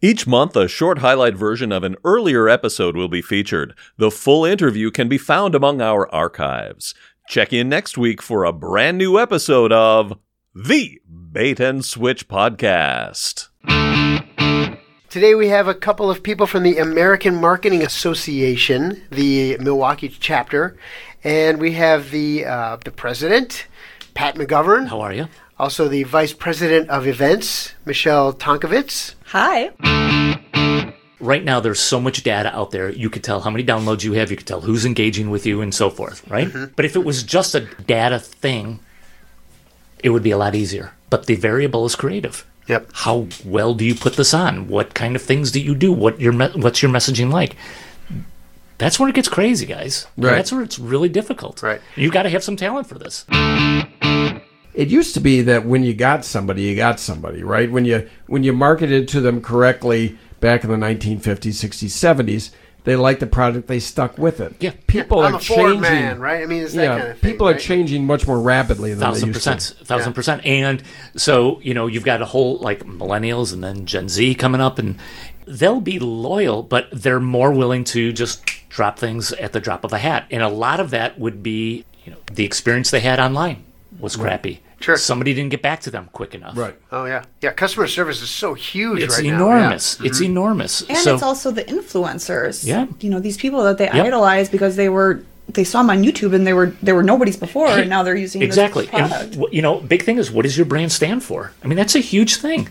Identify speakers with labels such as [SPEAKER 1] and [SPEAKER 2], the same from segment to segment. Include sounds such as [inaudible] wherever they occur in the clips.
[SPEAKER 1] Each month, a short highlight version of an earlier episode will be featured. The full interview can be found among our archives. Check in next week for a brand new episode of The Bait and Switch Podcast.
[SPEAKER 2] Today we have a couple of people from the American Marketing Association, the Milwaukee chapter, and we have the uh, the president, Pat McGovern.
[SPEAKER 3] How are you?
[SPEAKER 2] Also, the vice president of events, Michelle Tonkovitz.
[SPEAKER 4] Hi.
[SPEAKER 3] Right now, there's so much data out there. You could tell how many downloads you have, you could tell who's engaging with you, and so forth, right? But if it was just a data thing, it would be a lot easier. But the variable is creative.
[SPEAKER 2] Yep.
[SPEAKER 3] How well do you put this on? What kind of things do you do? What your me- what's your messaging like? That's where it gets crazy, guys.
[SPEAKER 5] Right.
[SPEAKER 3] That's where it's really difficult.
[SPEAKER 2] Right.
[SPEAKER 3] You got to have some talent for this.
[SPEAKER 5] it used to be that when you got somebody, you got somebody, right? When you when you marketed to them correctly back in the 1950s, 60s, 70s, they liked the product, they stuck with it.
[SPEAKER 3] Yeah.
[SPEAKER 5] people
[SPEAKER 2] I'm
[SPEAKER 5] are
[SPEAKER 2] a Ford
[SPEAKER 5] changing.
[SPEAKER 2] man, right? I mean, it's that
[SPEAKER 5] yeah,
[SPEAKER 2] kind of thing.
[SPEAKER 5] people are
[SPEAKER 2] right?
[SPEAKER 5] changing much more rapidly than they
[SPEAKER 3] thousand
[SPEAKER 5] used
[SPEAKER 3] percent, thousand percent. And so you know you've got a whole like millennials and then Gen Z coming up, and they'll be loyal, but they're more willing to just drop things at the drop of a hat. And a lot of that would be you know the experience they had online was crappy.
[SPEAKER 2] Sure.
[SPEAKER 3] somebody didn't get back to them quick enough.
[SPEAKER 5] to. Right.
[SPEAKER 2] Oh yeah, yeah. Customer service is so huge
[SPEAKER 3] It's
[SPEAKER 2] right
[SPEAKER 3] enormous. It's enormous.
[SPEAKER 4] And
[SPEAKER 3] so
[SPEAKER 4] it's also the influencers.
[SPEAKER 3] Yeah.
[SPEAKER 4] You know, these people that they
[SPEAKER 3] Yep.
[SPEAKER 4] idolize because they were they saw them on YouTube and they were they were nobody's before and now they're using
[SPEAKER 3] exactly.
[SPEAKER 4] this product.
[SPEAKER 3] And wh- you know, big thing is what does your brand stand for? I mean, that's a huge thing.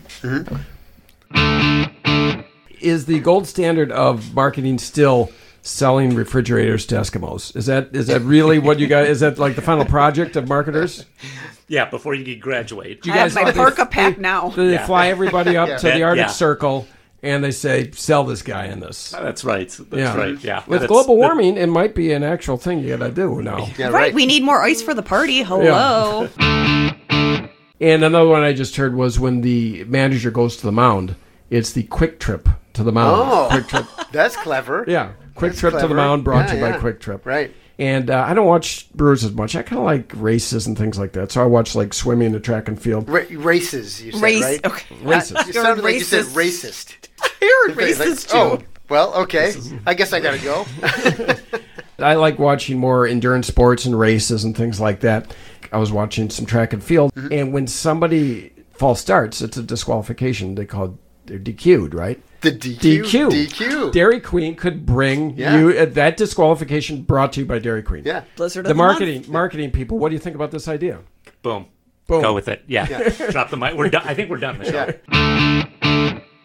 [SPEAKER 5] Is the gold standard of marketing still selling refrigerators to Eskimos? Is that is that really what you got? Is that like the final project of marketers?
[SPEAKER 3] [laughs] Yeah. Before you graduate,
[SPEAKER 5] You
[SPEAKER 4] I have
[SPEAKER 5] guys-
[SPEAKER 4] my
[SPEAKER 5] they-
[SPEAKER 4] parka pack now.
[SPEAKER 5] They fly everybody up to
[SPEAKER 3] [laughs]
[SPEAKER 5] the
[SPEAKER 3] Yeah.
[SPEAKER 5] Arctic
[SPEAKER 3] Yeah. Oh,
[SPEAKER 5] Circle and they say, "Sell this guy in this."
[SPEAKER 3] that's right. That's
[SPEAKER 5] Yeah.
[SPEAKER 3] right. Yeah.
[SPEAKER 5] With
[SPEAKER 3] That's-
[SPEAKER 5] global warming, it might be an actual thing you got to
[SPEAKER 3] [laughs]
[SPEAKER 5] do now.
[SPEAKER 2] now. Yeah,
[SPEAKER 4] right. We need more ice for the party. Hello.
[SPEAKER 5] And another one I just heard was when the manager goes to the mound, it's the quick trip to the mound.
[SPEAKER 2] Oh.
[SPEAKER 5] Quick trip.
[SPEAKER 2] That's clever.
[SPEAKER 3] [laughs]
[SPEAKER 5] [laughs] Yeah. Quick
[SPEAKER 2] That's
[SPEAKER 5] trip to the
[SPEAKER 2] clever.
[SPEAKER 5] mound
[SPEAKER 2] Yeah,
[SPEAKER 5] brought to you by
[SPEAKER 2] yeah.
[SPEAKER 5] Quick Trip.
[SPEAKER 2] Right.
[SPEAKER 5] And uh, I don't watch Brewers as much. I kind of like races and things like that. So I watch like swimming and track and field.
[SPEAKER 2] Ra- races, you said,
[SPEAKER 4] Race.
[SPEAKER 2] right?
[SPEAKER 5] [laughs]
[SPEAKER 4] Okay.
[SPEAKER 5] Races.
[SPEAKER 2] You
[SPEAKER 4] You're
[SPEAKER 2] sounded like you said
[SPEAKER 4] racist.
[SPEAKER 2] racist.
[SPEAKER 4] [laughs] [laughs] You're a
[SPEAKER 2] Like,
[SPEAKER 4] racist too.
[SPEAKER 2] oh, well, okay. I guess I gotta
[SPEAKER 5] [laughs]
[SPEAKER 2] go.
[SPEAKER 5] I like watching more endurance sports and races and things like that. I was watching some track and field,
[SPEAKER 2] Mm-hmm.
[SPEAKER 5] and when somebody false starts, it's a disqualification. They call it, they're DQ'd, right?
[SPEAKER 2] The DQ.
[SPEAKER 5] DQ.
[SPEAKER 2] DQ.
[SPEAKER 5] Dairy Queen could bring
[SPEAKER 2] Yeah.
[SPEAKER 5] you uh, that disqualification brought to you by Dairy Queen.
[SPEAKER 2] yeah.
[SPEAKER 4] Blizzard
[SPEAKER 5] The,
[SPEAKER 4] of the, month.
[SPEAKER 5] marketing marketing people, what do you think about this idea?
[SPEAKER 3] Boom.
[SPEAKER 5] Boom.
[SPEAKER 3] [laughs] Go with it. Yeah. Drop the mic. We're done. I think we're done, Michelle.
[SPEAKER 2] Yeah.